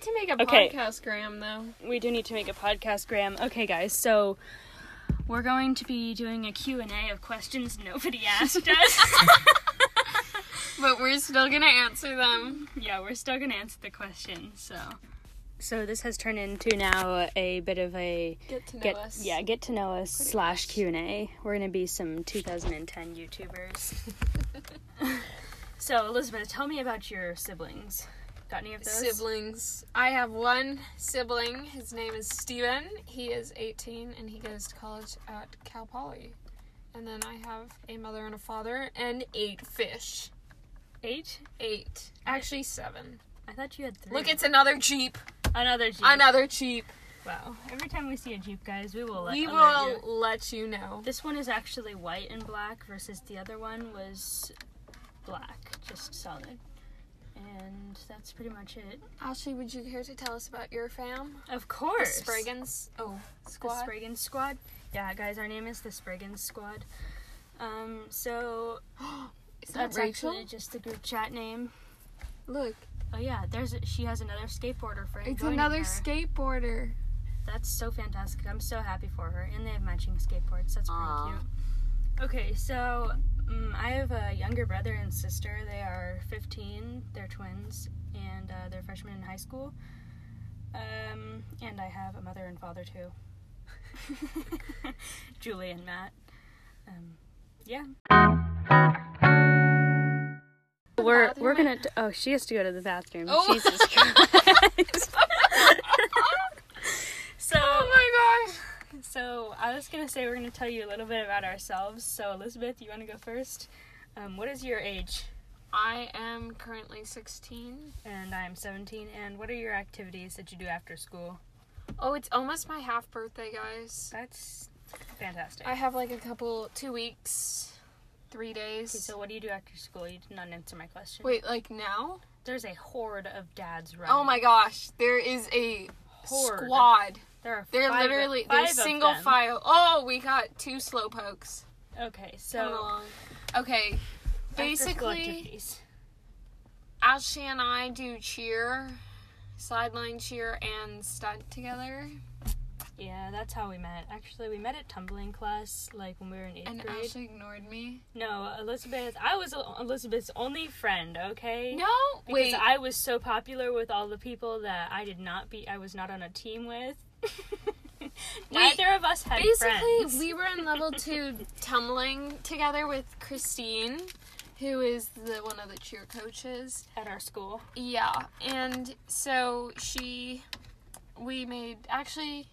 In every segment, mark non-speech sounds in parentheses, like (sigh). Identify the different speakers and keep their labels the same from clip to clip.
Speaker 1: to make a
Speaker 2: Okay.
Speaker 1: podcast, Graham, though.
Speaker 2: we do need to make a podcast graham okay guys so we're going to be doing a q&a of questions nobody (laughs) asked us
Speaker 1: But we're still gonna answer them.
Speaker 2: yeah we're still gonna answer the questions so so this has turned into now a bit of a
Speaker 1: Get to know
Speaker 2: get
Speaker 1: us.
Speaker 2: yeah get to know us slash q&a we're gonna be some 2010
Speaker 1: (laughs)
Speaker 2: youtubers so elizabeth tell me about your siblings got any of those
Speaker 1: Siblings. I have one sibling. His name is Steven. He is 18 and he goes to college at Cal Poly. And then I have a mother and a father and eight fish.
Speaker 2: eight
Speaker 1: Eight. Actually, seven.
Speaker 2: i thought you had three
Speaker 1: Look, it's another Jeep.
Speaker 2: another jeep
Speaker 1: Another Jeep.
Speaker 2: wow every time we see a jeep guys we will let
Speaker 1: We
Speaker 2: alert
Speaker 1: will
Speaker 2: you.
Speaker 1: let you know.
Speaker 2: This one is actually white and black versus the other one was black, just solid. And that's pretty much it.
Speaker 1: Ashley, would you care to tell us about your fam?
Speaker 2: Of
Speaker 1: The
Speaker 2: course.
Speaker 1: Spragans. Oh,
Speaker 2: The
Speaker 1: squad.
Speaker 2: Spragans squad. Yeah, guys, our name is the Spragans squad. Um, so
Speaker 1: is that
Speaker 2: that's
Speaker 1: Rachel?
Speaker 2: actually just the group chat name.
Speaker 1: Look,
Speaker 2: Oh yeah, there's she has another skateboarder friend.
Speaker 1: it's
Speaker 2: joining
Speaker 1: another
Speaker 2: her.
Speaker 1: skateboarder.
Speaker 2: That's so fantastic. I'm so happy for her. And they have matching skateboards. That's pretty
Speaker 1: Aw.
Speaker 2: cute. Okay, so um, I have a younger brother and sister. They are 15. They're twins, and uh, they're freshmen in high school. Um, and I have a mother and father too. (laughs) Julie and Matt. Um, yeah. We're
Speaker 1: Bathroom
Speaker 2: we're
Speaker 1: right
Speaker 2: gonna. oh, she has to go to the bathroom.
Speaker 1: Oh.
Speaker 2: Jesus Christ. so
Speaker 1: Oh my gosh.
Speaker 2: so I was gonna say we're gonna tell you a little bit about ourselves. So Elizabeth, you wanna go first? Um, what is your age?
Speaker 1: I am currently 16.
Speaker 2: And I'm 17. And what are your activities that you do after school?
Speaker 1: Oh, it's almost my half birthday, guys.
Speaker 2: That's fantastic.
Speaker 1: I have like a couple, two weeks, three days.
Speaker 2: Okay, so what do you do after school? You did not answer my question.
Speaker 1: Wait, like now?
Speaker 2: There's a horde of dads running.
Speaker 1: Oh my gosh, there is a
Speaker 2: Horde.
Speaker 1: squad.
Speaker 2: There are
Speaker 1: They're
Speaker 2: five of-
Speaker 1: literally
Speaker 2: five
Speaker 1: they're
Speaker 2: of
Speaker 1: single
Speaker 2: them.
Speaker 1: file. Oh, we got two slow pokes.
Speaker 2: Okay,
Speaker 1: coming
Speaker 2: so
Speaker 1: along. Okay,
Speaker 2: after school
Speaker 1: basically,
Speaker 2: activities.
Speaker 1: Ashley and I do cheer, sideline cheer, and stunt together.
Speaker 2: Yeah, that's how we met. Actually, we met at tumbling class, like when we were in eighth
Speaker 1: And
Speaker 2: grade.
Speaker 1: Ashley ignored me.
Speaker 2: No, Elizabeth. I was El- Elizabeth's only friend. Okay.
Speaker 1: No,
Speaker 2: Because
Speaker 1: wait.
Speaker 2: I was so popular with all the people that I did not be. I was not on a
Speaker 1: (laughs)
Speaker 2: team with. Neither of us had
Speaker 1: Basically,
Speaker 2: friends.
Speaker 1: we were in level
Speaker 2: (laughs)
Speaker 1: two tumbling together with Christine, who is the one of the cheer coaches.
Speaker 2: at our school.
Speaker 1: Yeah, and so she, we made actually.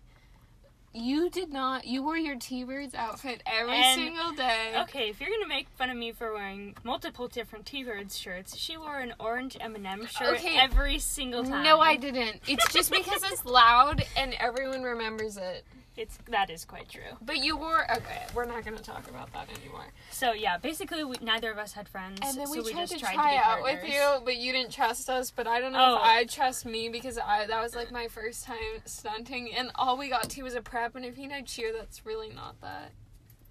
Speaker 1: You did not. You wore your T-Birds outfit every
Speaker 2: And-
Speaker 1: single day.
Speaker 2: Okay, if you're gonna make fun of me for wearing multiple different T-Birds shirts, she wore an orange M&M shirt
Speaker 1: Okay.
Speaker 2: every single time.
Speaker 1: No, I didn't. It's just because it's loud and everyone remembers it.
Speaker 2: It's that is quite true.
Speaker 1: But you wore. Okay, we're not going to talk about that anymore.
Speaker 2: So yeah, basically, we, neither of us had friends.
Speaker 1: And then we
Speaker 2: so we
Speaker 1: tried
Speaker 2: just
Speaker 1: to
Speaker 2: tried
Speaker 1: try
Speaker 2: to be
Speaker 1: out with
Speaker 2: partners.
Speaker 1: you, but you didn't trust us. But I don't know
Speaker 2: Oh.
Speaker 1: if I trust me because I that was like my first time stunting, and all we got to was a prep and a peanut cheer. That's really not that.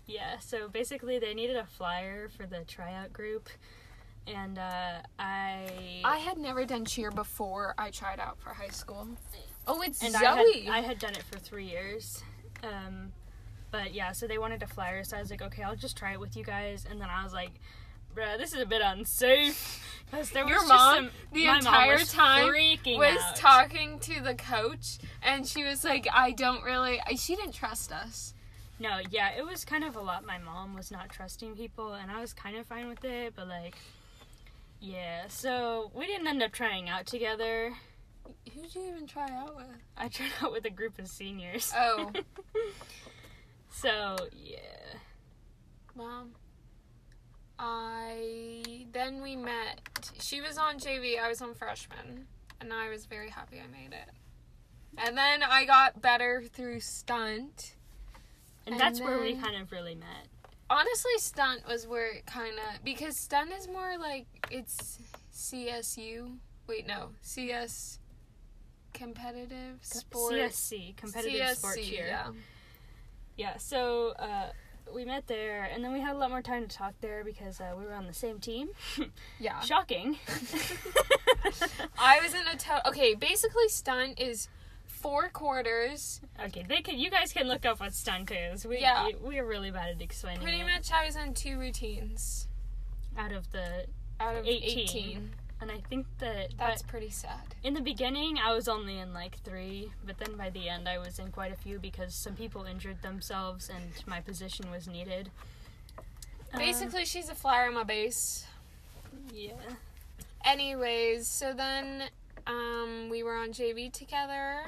Speaker 2: Yeah, so basically they needed a flyer for the tryout group, and uh, I
Speaker 1: I had never done cheer before I tried out for high school. Oh, it's
Speaker 2: and
Speaker 1: Zoe.
Speaker 2: I, had, I had done it for three years, um, but yeah, so they wanted a flyer, so I was like, okay, I'll just try it with you guys, and then I was like, bruh, this is a bit unsafe (laughs) because there was
Speaker 1: Your
Speaker 2: just
Speaker 1: mom,
Speaker 2: some-
Speaker 1: the
Speaker 2: my mom
Speaker 1: entire
Speaker 2: was
Speaker 1: time
Speaker 2: freaking
Speaker 1: was
Speaker 2: out.
Speaker 1: talking to the coach, and she was like, "I don't really." I, she didn't trust us.
Speaker 2: No, yeah, it was kind of a lot. My mom was not trusting people, and I was kind of fine with it, but like, yeah, so we didn't end up trying out together.
Speaker 1: Who did you even try out with?
Speaker 2: I tried out with a group of seniors.
Speaker 1: Oh.
Speaker 2: (laughs) so yeah.
Speaker 1: Mom. I then we met. She was on JV, I was on freshman, and I was very happy I made it. And then I got better through stunt.
Speaker 2: And,
Speaker 1: And
Speaker 2: that's where we
Speaker 1: then-
Speaker 2: kind of really met.
Speaker 1: Honestly, stunt was where it kind of because stunt is more like it's CSU. Wait, no, CS competitive sports.
Speaker 2: CSC, competitive sports
Speaker 1: CSC,
Speaker 2: year. Yeah.
Speaker 1: Yeah.
Speaker 2: so uh, we met there, and then we had a lot more time to talk
Speaker 1: (laughs)
Speaker 2: there because uh, we were on the same team.
Speaker 1: Yeah.
Speaker 2: Shocking.
Speaker 1: (laughs) I was in a tell. Okay, basically, stunt is four quarters.
Speaker 2: (laughs) Okay, they can. You guys can look up what stunt is. We,
Speaker 1: Yeah.
Speaker 2: we- we are really bad at explaining.
Speaker 1: Pretty
Speaker 2: it.
Speaker 1: much, I was on two routines
Speaker 2: out of the,
Speaker 1: out of
Speaker 2: 18.
Speaker 1: 18.
Speaker 2: and I think that
Speaker 1: That's
Speaker 2: but
Speaker 1: pretty sad.
Speaker 2: in the beginning I was only in like three, but then by the end I was in quite a few because some people injured themselves and my position was needed. Uh,
Speaker 1: Basically, she's a flyer on my base.
Speaker 2: yeah.
Speaker 1: Anyways, so then um, we were on JV together.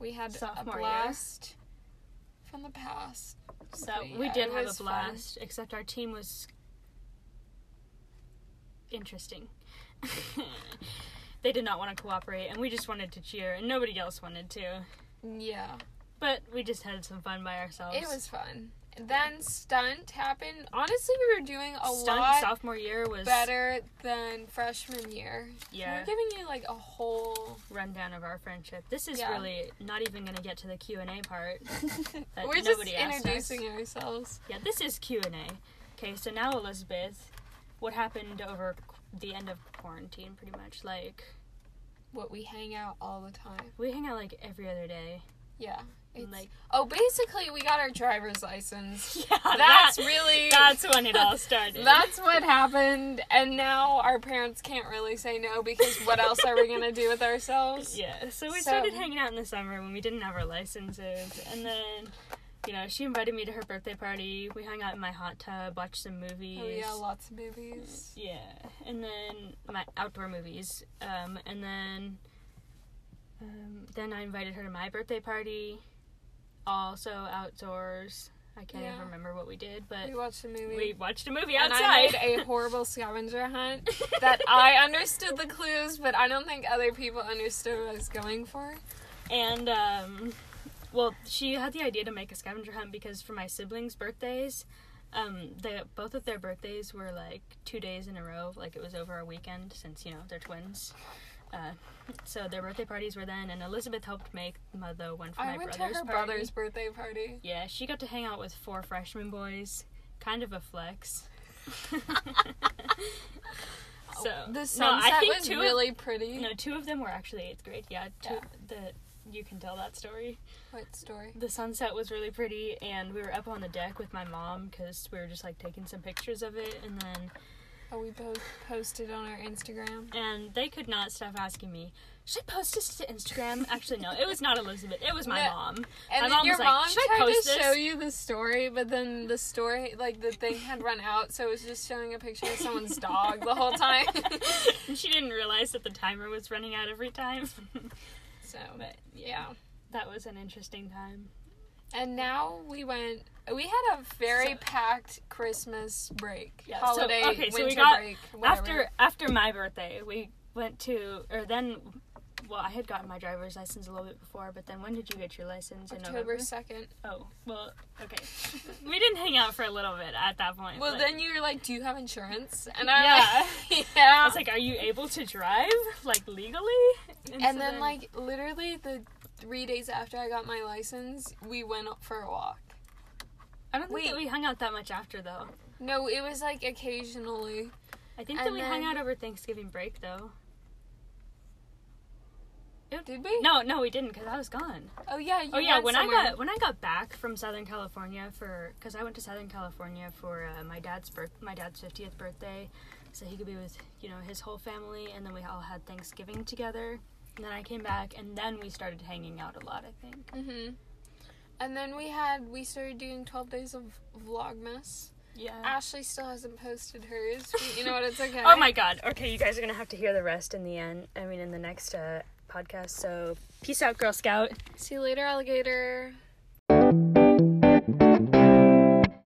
Speaker 1: We had a
Speaker 2: Sophomore year.
Speaker 1: blast from the past.
Speaker 2: So
Speaker 1: But
Speaker 2: we
Speaker 1: yeah,
Speaker 2: did
Speaker 1: it
Speaker 2: have a
Speaker 1: was fun.
Speaker 2: blast, except our team was interesting. (laughs) they did not want to cooperate, and we just wanted to cheer, and nobody else wanted to.
Speaker 1: Yeah,
Speaker 2: But we just had some fun by ourselves.
Speaker 1: it was fun. And then stunt happened. Honestly, we were doing a
Speaker 2: Stunt
Speaker 1: lot
Speaker 2: sophomore year was
Speaker 1: better than freshman year.
Speaker 2: Yeah.
Speaker 1: we're giving you like a whole.
Speaker 2: rundown of our friendship. This is
Speaker 1: Yeah.
Speaker 2: really not even going to get to the Q and A
Speaker 1: (laughs)
Speaker 2: part. That
Speaker 1: we're just
Speaker 2: nobody asked us.
Speaker 1: introducing ourselves.
Speaker 2: Yeah, this is Q and A. Okay, so now Elizabeth, what happened over qu- the end of quarantine? Pretty much, like
Speaker 1: What we hang out all the time.
Speaker 2: we hang out like every other
Speaker 1: (laughs)
Speaker 2: day.
Speaker 1: Yeah. It's,
Speaker 2: and, like
Speaker 1: oh, basically, we got our driver's
Speaker 2: (laughs)
Speaker 1: license.
Speaker 2: yeah,
Speaker 1: That's
Speaker 2: that-
Speaker 1: really
Speaker 2: (laughs) that's when it all started.
Speaker 1: That's what happened, and now our parents can't really say no because what else are we gonna do with ourselves?
Speaker 2: (laughs) Yeah, so we
Speaker 1: So-
Speaker 2: started hanging out in the summer when we didn't have our licenses, and then, you know, she invited me to her birthday party. We hung out in my hot tub, watched some movies.
Speaker 1: Oh yeah, lots of movies.
Speaker 2: Yeah, and then my outdoor movies, um, and then, um, then I invited her to my birthday party, also outdoors. I can't
Speaker 1: Yeah.
Speaker 2: even remember what we did, but
Speaker 1: We watched a movie.
Speaker 2: we watched a movie
Speaker 1: and
Speaker 2: outside.
Speaker 1: I
Speaker 2: (laughs)
Speaker 1: made a horrible scavenger hunt that I understood the clues, but I don't think other people understood what I was going for.
Speaker 2: And um, well, she had the idea to make a scavenger hunt because for my siblings' birthdays, um, they both of their birthdays were like two days in a row. Like it was over a weekend since you know they're twins. Uh, so their birthday parties were then, and Elizabeth helped make mo- the one for
Speaker 1: I
Speaker 2: my
Speaker 1: went
Speaker 2: brother's
Speaker 1: to her
Speaker 2: party.
Speaker 1: brother's birthday party.
Speaker 2: Yeah, she got to hang out with four freshman boys. Kind of
Speaker 1: (laughs)
Speaker 2: a flex. (laughs) so
Speaker 1: The
Speaker 2: no,
Speaker 1: sunset
Speaker 2: I think
Speaker 1: was
Speaker 2: two of-
Speaker 1: really pretty.
Speaker 2: no, two of them were actually eighth grade. Yeah, two
Speaker 1: Yeah.
Speaker 2: the you can tell that story.
Speaker 1: What story?
Speaker 2: The sunset was really pretty, and we were up on the deck with my mom because we were just like taking some pictures of it, and then
Speaker 1: Oh, we both posted on our Instagram.
Speaker 2: and they could not stop asking me, should I post this to Instagram? Actually, no, it was not Elizabeth, it was my
Speaker 1: No.
Speaker 2: (laughs) mom.
Speaker 1: And
Speaker 2: My
Speaker 1: then
Speaker 2: mom
Speaker 1: your
Speaker 2: was like,
Speaker 1: mom
Speaker 2: "Should I
Speaker 1: tried to
Speaker 2: post this?"
Speaker 1: show you the story, but then the story, like the thing had run out, so it was just showing a picture of
Speaker 2: (laughs)
Speaker 1: someone's dog the whole time. (laughs)
Speaker 2: And she didn't realize that the timer was running out every time. (laughs)
Speaker 1: so,
Speaker 2: but yeah,
Speaker 1: yeah.
Speaker 2: that was an interesting time.
Speaker 1: And now we went. We had a very
Speaker 2: So-
Speaker 1: packed Christmas break,
Speaker 2: Yeah, so-
Speaker 1: holiday,
Speaker 2: okay, so we
Speaker 1: winter
Speaker 2: got-
Speaker 1: break, whatever.
Speaker 2: After after my birthday, we went to or then. Well, I had gotten my driver's license a little bit before, but then when did you get your license? In
Speaker 1: October second.
Speaker 2: Oh, well, okay. (laughs) we didn't hang out for a little bit at that point.
Speaker 1: Well,
Speaker 2: but-
Speaker 1: then you were like, "Do you have insurance?" And I'm
Speaker 2: Yeah. (laughs)
Speaker 1: like, (laughs) "Yeah."
Speaker 2: I was like, are you able to drive? Like, legally? so
Speaker 1: and then, like literally the three days after I got my license, we went up for a walk.
Speaker 2: I don't think that
Speaker 1: wait.
Speaker 2: we hung out that much after, though.
Speaker 1: No, it was like occasionally.
Speaker 2: I think that
Speaker 1: And
Speaker 2: we hung
Speaker 1: then-
Speaker 2: out over Thanksgiving break, though.
Speaker 1: Did we?
Speaker 2: No, no, we didn't, because I was gone.
Speaker 1: Oh yeah. You
Speaker 2: oh yeah,
Speaker 1: went
Speaker 2: when
Speaker 1: somewhere.
Speaker 2: I got when I got back from Southern California for because I went to Southern California for uh, my dad's birth my dad's fiftieth birthday, so he could be with you know his whole family, and then we all had Thanksgiving together. And then I came back, and then we started hanging out a lot. I think.
Speaker 1: Mhm. And then we had we started doing twelve days of Vlogmas.
Speaker 2: Yeah.
Speaker 1: Ashley still hasn't posted hers. but you know what?
Speaker 2: (laughs)
Speaker 1: It's okay.
Speaker 2: Oh my god. Okay, you guys are gonna have to hear the rest in the end. I mean, in the next uh, podcast. So peace out, Girl Scout.
Speaker 1: See you later, alligator.